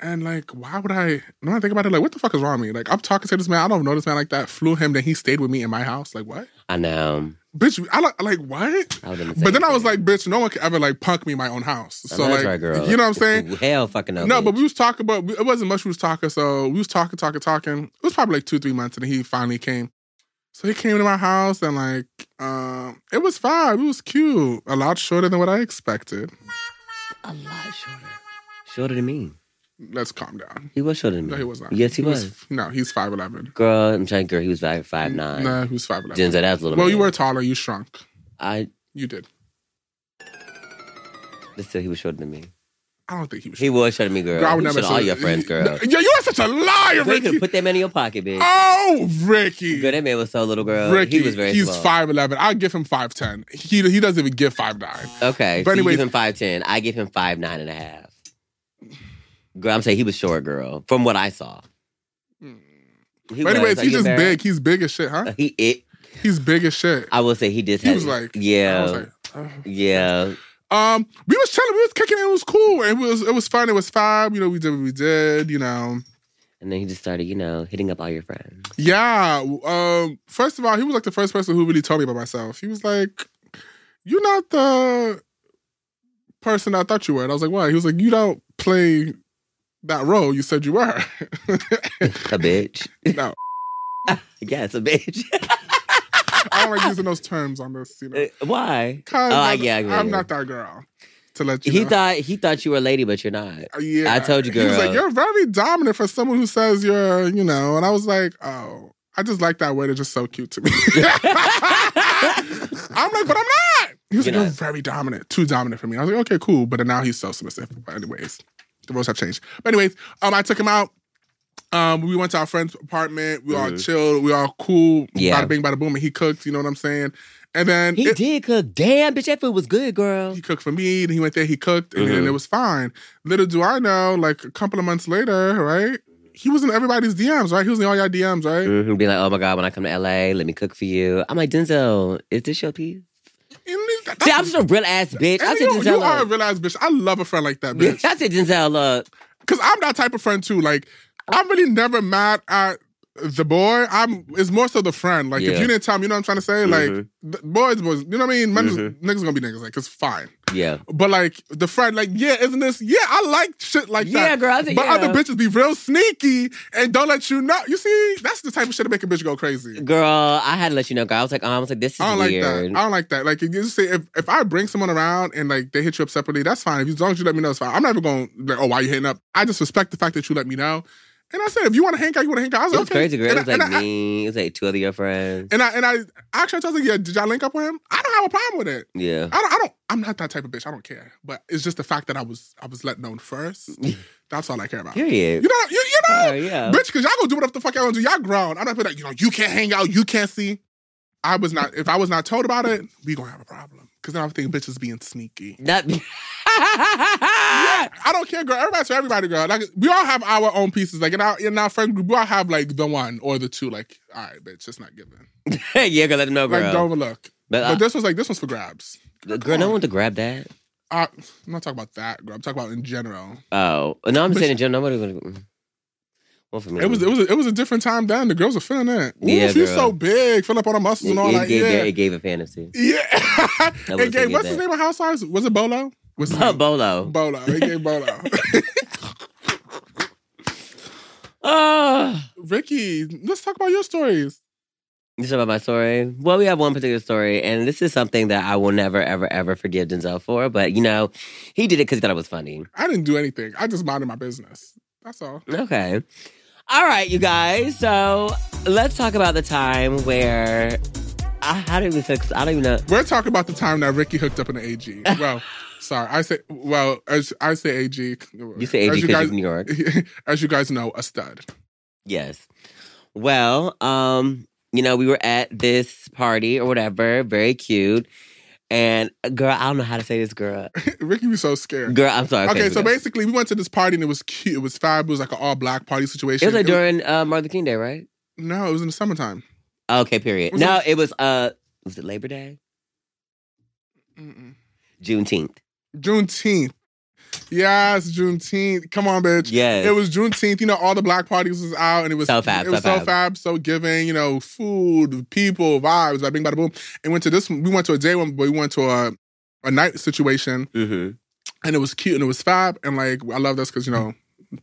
S1: And like, why would I? When I think about it, like, what the fuck is wrong with me? Like, I'm talking to this man. I don't know this man like that. Flew him, then he stayed with me in my house. Like, what?
S2: I know.
S1: Bitch, I like, like what?
S2: I was in the
S1: But
S2: same
S1: then I was
S2: thing.
S1: like, bitch, no one could ever like punk me in my own house. So
S2: I know
S1: like,
S2: that's right, girl.
S1: you know what I'm saying?
S2: Hell, fucking no.
S1: No,
S2: bitch.
S1: but we was talking about it wasn't much we was talking. So we was talking, talking, talking. It was probably like two, three months, and he finally came. So he came to my house, and like, um, it was fine. It was cute. A lot shorter than what I expected.
S2: a lot shorter. Shorter than me.
S1: Let's calm down.
S2: He was shorter than me.
S1: No, he was not.
S2: Yes, he, was.
S1: No, he's five eleven.
S2: Girl, I'm trying. Girl, he was five five nine.
S1: No, he was five
S2: Gen
S1: eleven.
S2: Z, that was a little.
S1: Well,
S2: man.
S1: you were taller. You shrunk.
S2: I.
S1: You did.
S2: But still, he was shorter than me.
S1: I don't think he was.
S2: He
S1: shrunk.
S2: was shorter than me, girl.
S1: Girl, I would
S2: you
S1: never
S2: should
S1: say
S2: all
S1: that.
S2: your friends, girl.
S1: No, Yo, you are such a liar,
S2: Girl, you could
S1: Ricky.
S2: have put that man in your pocket, bitch.
S1: Oh, Ricky.
S2: Girl, that man was so little, girl.
S1: Ricky,
S2: uh, he was very
S1: he's
S2: small.
S1: five eleven. I'll give him five ten. He he doesn't even give five nine.
S2: Okay,
S1: But
S2: so you
S1: anyways-
S2: give him five ten. I give him five nine and a half. Girl, I'm saying he was short, girl. From what I saw. He
S1: Hmm. But anyways,
S2: was,
S1: he's just
S2: like,
S1: big. He's big as shit, huh?
S2: embarrassed. He it.
S1: He's big as shit.
S2: Uh, I will say he did.
S1: He
S2: have-
S1: was like-
S2: yeah,
S1: I was like, oh.
S2: yeah.
S1: Um, we was chilling. We was kicking. It, it was cool. It was it was fun. It was fab. You know, we did what we did. You know,
S2: And then he just started, you know, hitting up all your friends.
S1: Yeah. Um, first of all, he was like the first person who really told me about myself. He was like, You're not the person I thought you were. And I was like, Why? He was like, You don't play that role you said you were.
S2: a bitch.
S1: no.
S2: Yes, a bitch.
S1: I don't like using those terms on this, you know.
S2: Why?
S1: Cause
S2: Oh,
S1: I'm,
S2: yeah, yeah,
S1: I'm
S2: yeah.
S1: not that girl. to let you
S2: He
S1: know.
S2: thought he thought you were a lady, but you're not.
S1: Uh, yeah.
S2: I told you,
S1: He was like,
S2: girl.
S1: you're very dominant for someone who says you're, you know. And I was like, oh, I just like that word. It's just so cute to me. I'm like, but I'm not. He was
S2: You're
S1: like, you're
S2: not.
S1: very dominant, too dominant for me. I was like, okay, cool. But now he's so submissive. But anyways, the rules have changed. But anyways, um, I took him out. Um, we went to our friend's apartment. We all
S2: Mhm.
S1: chilled. We all cool.
S2: Yeah.
S1: Bada bing, bada boom. And he cooked. You know what I'm saying? And then
S2: He
S1: it-
S2: did cook. Damn, bitch, that food was good, girl.
S1: he cooked for me. Then he went there, he cooked, and then
S2: Mhm.
S1: it was fine. Little do I know, like a couple of months later, right? He was in everybody's DMs, right? He was in all y'all DMs, right?
S2: Mhm. Be like, oh my god, when I come to LA, let me cook for you. I'm like, Denzel, is this your piece?
S1: And
S2: See, I'm just a real ass bitch. I
S1: and
S2: said
S1: you,
S2: Denzel,
S1: you are a
S2: look.
S1: real ass bitch. I love a friend like that, bitch.
S2: I said Denzel, look.
S1: Because I'm that type of friend too. Like, I'm really never mad at the boy. I'm. It's more so the friend. Like, if
S2: Yeah.
S1: you didn't tell me, you know what I'm trying to say? Like,
S2: Mhm.
S1: the boys, boys. You know what I mean? Men is-
S2: Mhm.
S1: Niggas gonna be niggas. Like, it's fine.
S2: Yeah,
S1: But like the friend, like, yeah, isn't this? Yeah, I like shit like
S2: Yeah,
S1: that.
S2: girl, I think-
S1: but
S2: yeah.
S1: other bitches be real sneaky and don't let you know. You see, that's the type of shit that make a bitch go crazy.
S2: girl, I had to let you know, girl. I was like, oh, I was like, this is
S1: I don't
S2: weird.
S1: like that. I don't like that. Like, you just say if, if I bring someone around and like they hit you up separately, that's fine. If, as long as you let me know, it's fine. I'm never going to like, oh, why you hitting up? I just respect the fact that you let me know. And I said, if you want to hang out, you want to hang out. I was
S2: it
S1: like,
S2: was
S1: okay.
S2: crazy, girl.
S1: And
S2: It
S1: I-
S2: was like
S1: and I-
S2: me. It was like two other your friends.
S1: And I and I actually I told her, yeah, did y'all link up with him? I don't have a problem with it.
S2: Yeah.
S1: I don't, I don't. I'm not that type of bitch. I don't care. But it's just the fact that I was I was let known first. That's all I care about.
S2: Period.
S1: You know, you, you know,
S2: Oh, yeah.
S1: bitch, because y'all gonna do whatever the fuck y'all gonna do. Y'all grown. I'm not gonna be like, you know, you can't hang out, you can't see. I was not, if I was not told about it, we gonna have a problem. Because then I would think bitches being sneaky.
S2: That.
S1: I don't care, girl. Everybody's for everybody, girl. Like, we all have our own pieces. Like, in our, in our friend group, we all have, like, the one or the two. Like, all right, bitch, it's not given.
S2: yeah, girl, let them know, girl.
S1: Like, don't overlook.
S2: but
S1: But this was like, this one's for grabs.
S2: I, girl, no one to grab that.
S1: I, I'm not talking about that, girl. I'm talking about in general.
S2: Oh no, I'm
S1: But-
S2: saying in general, nobody gonna. Well, mm, for me,
S1: It was it was a, it was a different time then. The girls were feeling that. Ooh,
S2: Yeah,
S1: she's
S2: girl.
S1: so big, fill up all the muscles
S2: It,
S1: and all
S2: it
S1: that.
S2: gave,
S1: yeah,
S2: it gave a fantasy.
S1: yeah.
S2: wouldn't
S1: it gave
S2: forget
S1: what's
S2: that.
S1: his name of house size? Was it Bolo? Was his name?
S2: Bolo.
S1: Bolo? It gave Bolo.
S2: Oh.
S1: Ricky, let's talk about your stories.
S2: This is about my story. Well, we have one particular story, and this is something that I will never, ever, ever forgive Denzel for. But you know, he did it because he thought it was funny.
S1: I didn't do anything. I just minded my business. That's all.
S2: Okay. All right, you guys. So let's talk about the time where I, how did we fix? I don't even know.
S1: We're talking about the time that Ricky hooked up in the AG. Well, sorry, I say well as I say AG.
S2: You say AG
S1: as you
S2: because
S1: guys,
S2: he's New York.
S1: as you guys know, a stud.
S2: Yes. Well, um, you know, we were at this party or whatever, very cute. And girl, I don't know how to say this, girl.
S1: Ricky was so scared.
S2: Girl, I'm sorry.
S1: Okay, so
S2: basically,
S1: basically, we went to this party and it was cute. It was fab. It was like an all black party
S2: it
S1: situation.
S2: was like during uh, Martin Luther King Day, right?
S1: no, it was in the summertime.
S2: Okay, period.
S1: Was
S2: no, it was uh, was it Labor Day?
S1: Mm-mm.
S2: Juneteenth.
S1: Juneteenth. Yes, Juneteenth. Come on, bitch.
S2: Yes,
S1: It was Juneteenth. You know, all the black parties was out, and it was
S2: So fab,
S1: It was
S2: so
S1: so
S2: fab.
S1: fab, so giving. You know, food, people, vibes. Bada bing, bada boom. And went to this. We went to a day one, but we went to a a night situation,
S2: Mm-hmm.
S1: and it was cute and it was fab. And like, I love this because you know,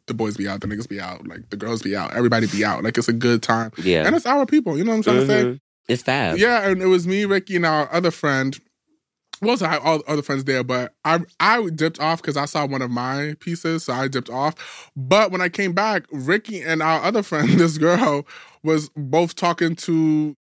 S1: the boys be out, the niggas be out, like the girls be out, everybody be out. Like, it's a good time,
S2: Yeah,
S1: and it's our people. You know what I'm trying to say?
S2: Mhm. it's fab.
S1: Yeah, and it was me, Ricky, and our other friend. We also had all other friends there, but I I dipped off because I saw one of my pieces, so I dipped off. But when I came back, Ricky and our other friend, this girl, was both talking to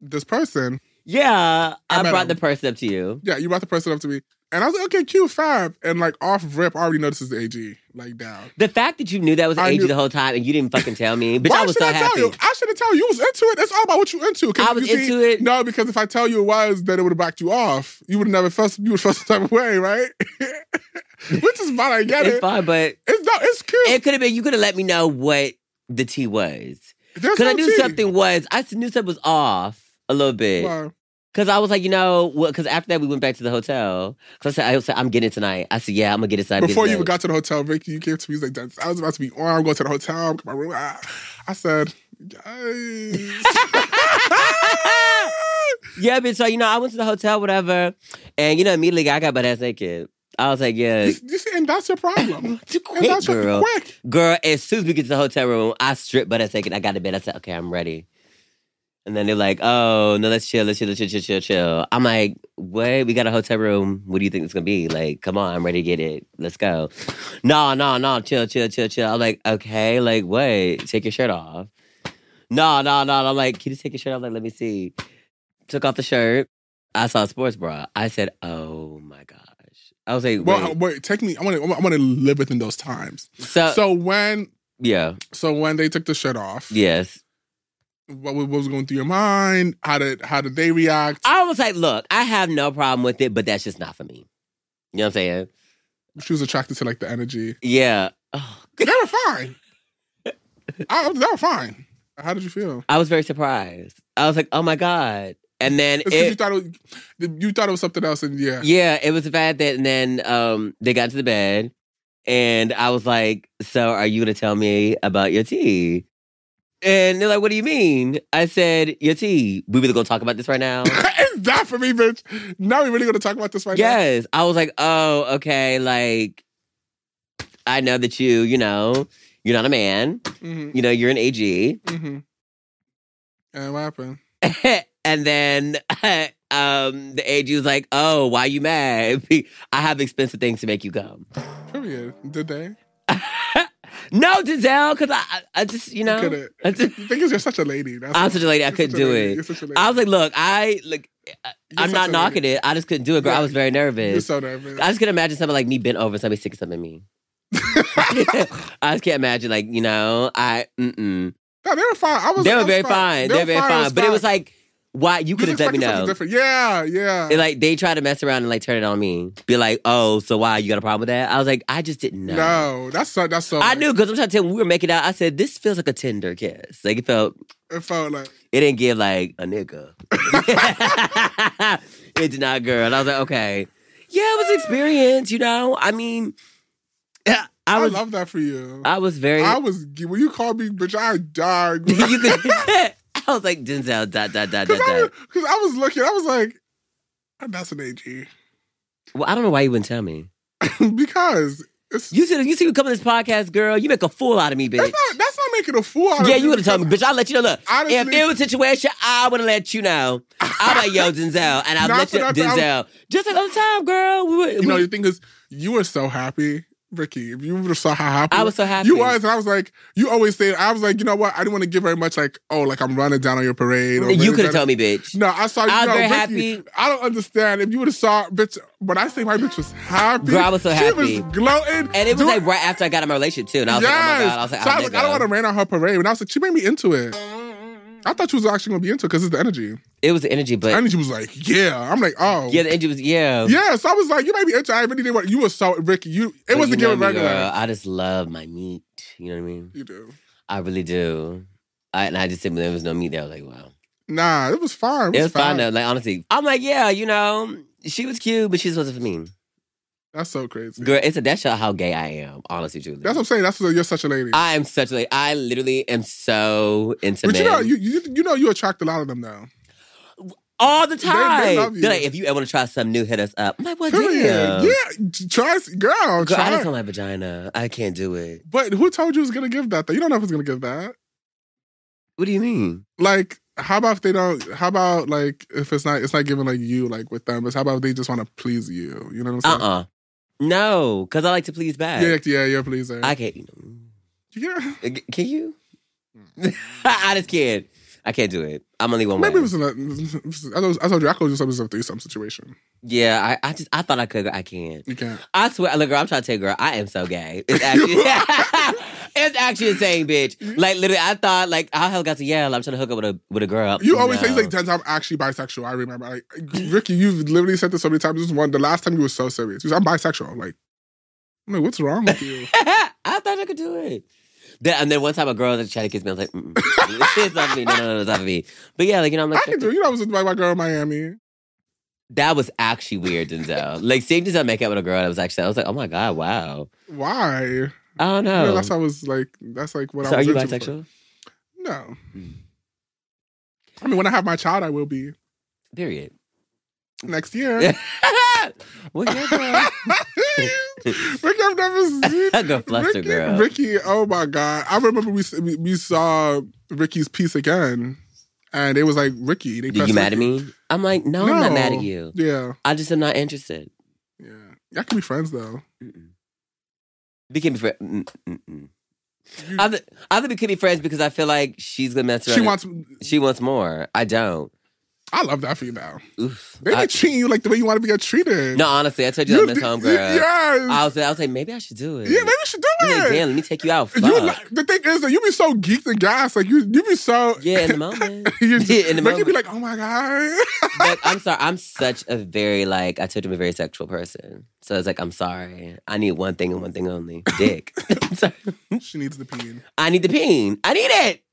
S1: this person.
S2: Yeah,
S1: I
S2: I,
S1: met
S2: brought
S1: him.
S2: the person up to you.
S1: Yeah, you brought the person up to me, and I was like, okay, cute, fab, and like off rip, I already noticed it's the AG, like down.
S2: The fact that you knew that was
S1: I
S2: AG
S1: knew-
S2: the whole time and you didn't fucking tell me, bitch, I was so
S1: should I
S2: happy.
S1: tell you? I shouldn't tell you. You was into it. It's all about what you into. 'Cause
S2: I was
S1: you see-
S2: into it.
S1: No, because if I tell you it was, then it would have backed you off. You would have never felt you would felt some type of way, right? Which is fine. I get
S2: It's
S1: it.
S2: fine, but
S1: It's not. It's cute.
S2: it could have been. You could have let me know what the tea was.
S1: There's
S2: Because
S1: no
S2: I knew
S1: tea.
S2: something was. I knew something was off a little bit.
S1: Wow.
S2: Because I was like, you know, because after that we went back to the hotel. Because I said, I said, I'm getting it tonight. I said, yeah, I'm gonna get it tonight. I'm getting
S1: Before
S2: it
S1: you even
S2: tonight.
S1: got to the hotel, Vicky, you came to me. You was like, "That's- I was about to be on. I'm going to the hotel. I'm going to my room. Ah. I said, yes.
S2: yeah, bitch. So you know, I went to the hotel, whatever, and you know, immediately I got butt ass naked. I was like, yeah,
S1: you, you see, and that's your problem.
S2: too
S1: And
S2: quick,
S1: that's your-
S2: girl.
S1: quick.
S2: Girl, as soon as we get to the hotel room, I strip butt ass naked. I got to bed. I said, okay, I'm ready. And then they're like, oh, no, let's chill, let's chill, let's chill, chill, chill, chill. I'm like, Wait, we got a hotel room. What do you think it's gonna be? Like, come on, I'm ready to get it. Let's go. No, no, no, chill, chill, chill, chill. I'm like, okay, like, wait, take your shirt off. No, no, no. I'm like, can you take your shirt off? Like, let me see. Took off the shirt. I saw a sports bra. I said, oh my gosh. I was like,
S1: Well,
S2: wait.
S1: wait, take me. I want to. I want to live within those times.
S2: so,
S1: so when,
S2: yeah,
S1: so when they took the shirt off,
S2: yes.
S1: what, what was going through your mind? How did how did they react?
S2: I was like, look, I have no problem with it, but that's just not for me. You know what I'm saying?
S1: She was attracted to like the energy.
S2: Yeah. Oh,
S1: They were fine. I, they were fine. How did you feel?
S2: I was very surprised. I was like, oh my God. And then
S1: It's 'cause you
S2: it,
S1: thought it was, you thought it was something else, and yeah,
S2: yeah, it was the fact that, and then um, they got to the bed, and I was like, so are you going to tell me about your tea? And they're like, what do you mean? I said, your tea. We really going to talk about this right now?
S1: it's that for me, bitch. Now we really going to talk about this right now.
S2: yes. I was like, oh, okay. Like, I know that you, you know, you're not a man.
S1: Mhm,
S2: You know, you're an AG.
S1: mhm. And what happened?
S2: and then um, the AG was like, "Oh, why you mad? I have expensive things to make you come."
S1: Period. Did they?
S2: No, Giselle, because I, I just, you
S1: You
S2: know,
S1: couldn't.
S2: I just-
S1: You think it's you're such a lady? That's
S2: I'm such a lady, I couldn't do it. I was like, "Look, I like, I'm not knocking it. I just couldn't do it, girl. I was very
S1: You're
S2: nervous.
S1: so nervous.
S2: I just could imagine something like me bent over, and somebody sticking something in me. I just can't imagine, like, you know, I, mm-mm.
S1: no, they were fine. I was.
S2: they
S1: I
S2: were
S1: was
S2: very fine. They were very fine, but it was like, why you could have let me know?
S1: Different. Yeah, yeah.
S2: And, like they try to mess around and like turn it on me. Be like, oh, so why you got a problem with that? I was like, I just didn't know.
S1: no, that's so. That's so.
S2: I knew because I'm trying to tell you, when we were making out. I said this feels like a Tinder kiss. Like it felt,
S1: It felt like
S2: it didn't give like a nigga. it did not, girl. And I was like, okay, yeah, it was an experience. You know, I mean, I
S1: I,
S2: was, I,
S1: love that for you.
S2: was very.
S1: I was when you called me, bitch. I died
S2: You
S1: because
S2: could- I was like Denzel. Dot dot dot dot
S1: I,
S2: dot.
S1: was- 'cause I was looking. I was like, that's an AG
S2: Well, I don't know why you wouldn't tell me.
S1: because it's,
S2: You see, you see, you come to this podcast, girl. You make a fool out of me, bitch.
S1: that's not that's not making a fool out of
S2: Yeah,
S1: me
S2: you would have told me,
S1: because
S2: bitch. I'll let you know. Look,
S1: Honestly-
S2: if there was a situation, I would have let you know. I'm like, yo, Denzel, and I'll
S1: Not
S2: let
S1: for
S2: you,
S1: nothing, I
S2: Denzel. Just like other time, girl. We, were-
S1: You know
S2: we-
S1: the thing is, you were so happy, Ricky. If you would have saw how happy
S2: I was so happy.
S1: You was, and I was like, you always say, I was like, you know what? I didn't want to give very much, like, oh, like I'm running down on your parade. Or
S2: You could have told me, bitch.
S1: No, I saw you.
S2: I was
S1: no,
S2: very
S1: Ricky,
S2: happy.
S1: I don't understand. If you would have saw, bitch, when I say my bitch was happy,
S2: Girl, I was so
S1: she was
S2: happy.
S1: gloating.
S2: And it was
S1: doing-
S2: like right after I got in my relationship too, and I was like, oh my god, I was like,
S1: so I,
S2: I'll
S1: was like, I don't want to rain on her parade. And I was like, she made me into it. I thought she was actually going to be into it because it's the energy.
S2: It was the energy, but
S1: Energy was like, yeah. I'm like, oh.
S2: yeah, the energy was yeah.
S1: Yeah, so I was like, you made me into it. I really didn't want You were so, Ricky, you, it
S2: But
S1: wasn't
S2: you know
S1: giving
S2: me,
S1: regular.
S2: girl, I just love my meat. You know what I mean?
S1: You do.
S2: I really do. I, and I just said when there was no meat there. I was like, wow.
S1: Nah, it was fine. It was,
S2: It was fine
S1: fine.
S2: though. Like honestly, I'm like, yeah, you know, she was cute, but she just wasn't for me.
S1: That's so crazy.
S2: Girl, it's a, that's show how gay I am, honestly, truly.
S1: That's what I'm saying. That's what, you're such a lady.
S2: I am such like I literally am so into
S1: but
S2: men
S1: you know, you, you you know, you attract a lot of them now.
S2: all the
S1: they
S2: time.
S1: love you.
S2: They're like, if you ever want to try something new, hit us up. I'm like, what? Well,
S1: Period.
S2: damn.
S1: Yeah, t- try, s- girl,
S2: Girl, I
S1: try.
S2: just on my vagina. I can't do it.
S1: but who told you it was gonna give that? Though you don't know if it's gonna give that.
S2: What do you mean?
S1: Like, how about if they don't? How about like if it's not? It's not giving like you like with them. But how about if they just want to please you? You know what
S2: Uh
S1: I'm
S2: uh No, because I like to please back.
S1: saying? Yeah, yeah, you're a pleaser.
S2: I can't. You know,
S1: yeah,
S2: can you? I just can't. I can't do it. I'm only one
S1: Mm. maybe it
S2: way.
S1: was. In a, I, told, I told you I called you something some threesome situation.
S2: Yeah, I, I just I thought I could. I can't.
S1: You can't.
S2: I swear, look, girl, I'm trying to tell you, girl, I am so gay. It's actually, it's actually insane, bitch. Like, literally, I thought, like, I hell got to yell. I'm trying to hook up with a with a girl.
S1: You always say
S2: Oh, No.
S1: like ten times I'm actually bisexual. I remember, like Ricky, you've literally said this so many times. This is one. The last time you were so serious. You said, I'm bisexual. Like, I'm like, what's wrong with you?
S2: I thought I could do it. Then, and then one time, a girl that tried to kiss me, I was like, Mm-mm. it's not for me. No, no, no, it's not for me. But yeah, like you know, I'm
S1: I
S2: like,
S1: can do. You know, I was with my, my girl in Miami.
S2: that was actually weird, Denzel. like seeing Denzel make out with a girl that was actually, I was like, oh my god, wow.
S1: Why? You
S2: I don't know.
S1: know, that's how I was like. That's like what
S2: Oh. so
S1: I
S2: are
S1: was
S2: you
S1: into before.
S2: bisexual?
S1: No.
S2: Mm.
S1: I mean, when I have my child, I will be
S2: Period.
S1: next year.
S2: well, yeah, girl.
S1: Ricky, I've never seen.
S2: I got flustered,
S1: Ricky,
S2: girl.
S1: Ricky, oh my god! I remember we we, we saw Ricky's piece again and it was like Ricky. They
S2: Did
S1: pressed
S2: you mad at
S1: Ricky.
S2: me? I'm like, no, I'm not mad at you.
S1: Yeah,
S2: I just am not interested.
S1: yeah. Y'all can be friends though.
S2: Mm-mm. We can be mm, friends.
S1: Mm.
S2: Mm-mm.
S1: You-
S2: I th- I think we could be friends because I feel like she's gonna mess around.
S1: she wants.
S2: She wants more. I don't.
S1: I love that for you now.
S2: Oof.
S1: They be
S2: I-
S1: treating you like the way you want to be treated.
S2: no, honestly, I told you, I'm a home girl.
S1: Yes.
S2: I was, I was like, maybe I should do it.
S1: yeah, maybe you should do
S2: I'm
S1: it.
S2: like, damn, let me take you out. Fuck.
S1: You like, the thing is that you be so geeked and gas, like you you be so
S2: yeah, in the moment.
S1: you just,
S2: Yeah, in the
S1: like you be
S2: moment.
S1: like, oh my god,
S2: but I'm sorry. I'm such a very like I told you I'm a very sexual person. So it's like I'm sorry. I need one thing and one thing only. Dick. I'm sorry.
S1: she needs the peen.
S2: I need the peen. I need it.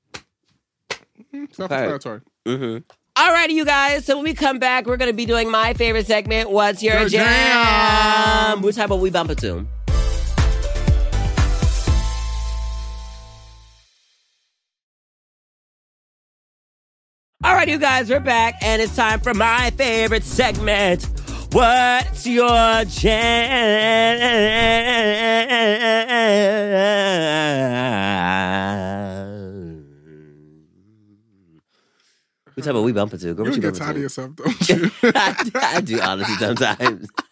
S1: Self-explanatory.
S2: Mm-hmm. Alrighty, you guys. So when we come back, we're gonna be doing my favorite segment. What's your,
S1: Your
S2: jam?
S1: jam.
S2: Which type of we bump it to? Alright, you guys, we're back, and it's time for my favorite segment. What's your jam? What type of we bump into? Girl,
S1: You
S2: what
S1: would
S2: you
S1: get
S2: bump
S1: tired of
S2: into?
S1: yourself, don't you?
S2: I, I do honestly sometimes.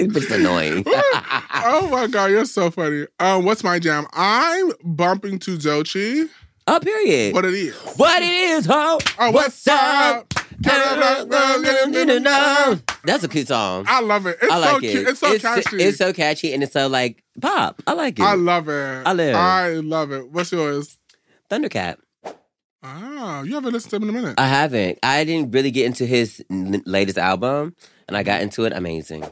S2: it's just annoying.
S1: oh my god, you're so funny. Um, what's my jam? I'm bumping to Jochi.
S2: oh, period.
S1: What it is?
S2: what it is, ho?
S1: Oh, what's up?
S2: That's a cute song.
S1: I love it. It's
S2: I
S1: so
S2: like
S1: cute.
S2: it.
S1: It's so catchy.
S2: It's so catchy and it's so like pop. I like it.
S1: I love it.
S2: I live.
S1: I love it. What's yours?
S2: Thundercat.
S1: Oh, you haven't listened to him in a minute.
S2: I haven't. I didn't really get into his n- latest album, and I got into it. Amazing.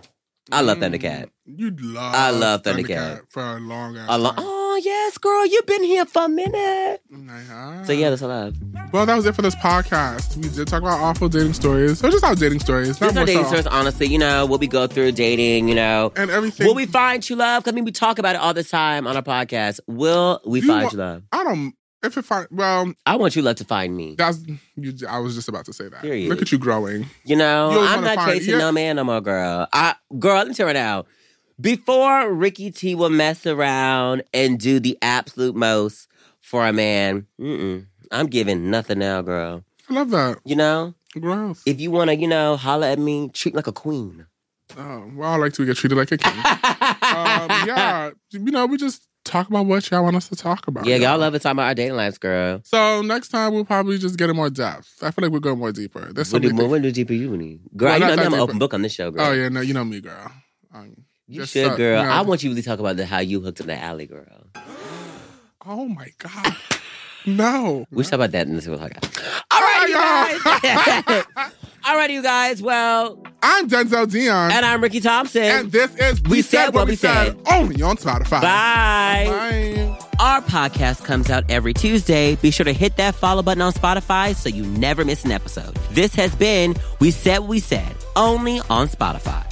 S2: I love
S1: Mm.
S2: Thundercat.
S1: You love.
S2: I love Thundercat.
S1: for a long. ass
S2: I lo-
S1: time.
S2: oh yes, girl, you've been here for a minute.
S1: Uh-huh.
S2: So yeah, that's all I love.
S1: Well, that was it for this podcast. We did talk about awful dating stories. Or just our dating stories. Not
S2: These are
S1: more
S2: dating
S1: so.
S2: stories, honestly. You know what we go through dating. You know,
S1: And everything.
S2: will we find true love? 'Cause I mean, we talk about it all the time on our podcast. Will we
S1: You
S2: find
S1: want-
S2: true love?
S1: I don't. If it find well,
S2: I want true love to find me.
S1: that's you. I was just about to say that.
S2: Period.
S1: Look at you growing.
S2: You know,
S1: You always
S2: I'm
S1: wanna
S2: not
S1: find-
S2: chasing
S1: yeah.
S2: no man no more, girl. I girl, let me tell you right now. Before Ricky T will mess around and do the absolute most for a man, mm-mm, I'm giving nothing now, girl.
S1: I love that
S2: You know,
S1: growth.
S2: if you wanna, you know, holler at me, treat me like a queen.
S1: Oh, well, I like to get treated like a king. um, yeah, you know, we just talk about what y'all want us to talk about.
S2: Yeah, y'all love it talking about our dating lives, girl.
S1: So next time we'll probably just get in more depth. I feel like we're going more deeper. There's so
S2: What do,
S1: many
S2: what,
S1: things.
S2: what do deeper you need? Girl,
S1: Well, not
S2: you know me, I'm
S1: that
S2: an
S1: deep,
S2: open
S1: but-
S2: book on this show, girl.
S1: Oh yeah, no, you know me, girl. Um,
S2: You
S1: Just
S2: should,
S1: suck,
S2: girl.
S1: you know.
S2: I want you to really talk about the, how you hooked up the alley, girl.
S1: oh my god, no.
S2: We'll talk about that in the second podcast. All right, you guys. All right, you guys. Well,
S1: I'm Denzel Dion.
S2: and I'm Ricky Thompson.
S1: And this is We, Said, What We Said, only on Spotify.
S2: Bye.
S1: Bye.
S2: Our podcast comes out every Tuesday. Be sure to hit that follow button on Spotify so you never miss an episode. This has been We Said What We Said, only on Spotify.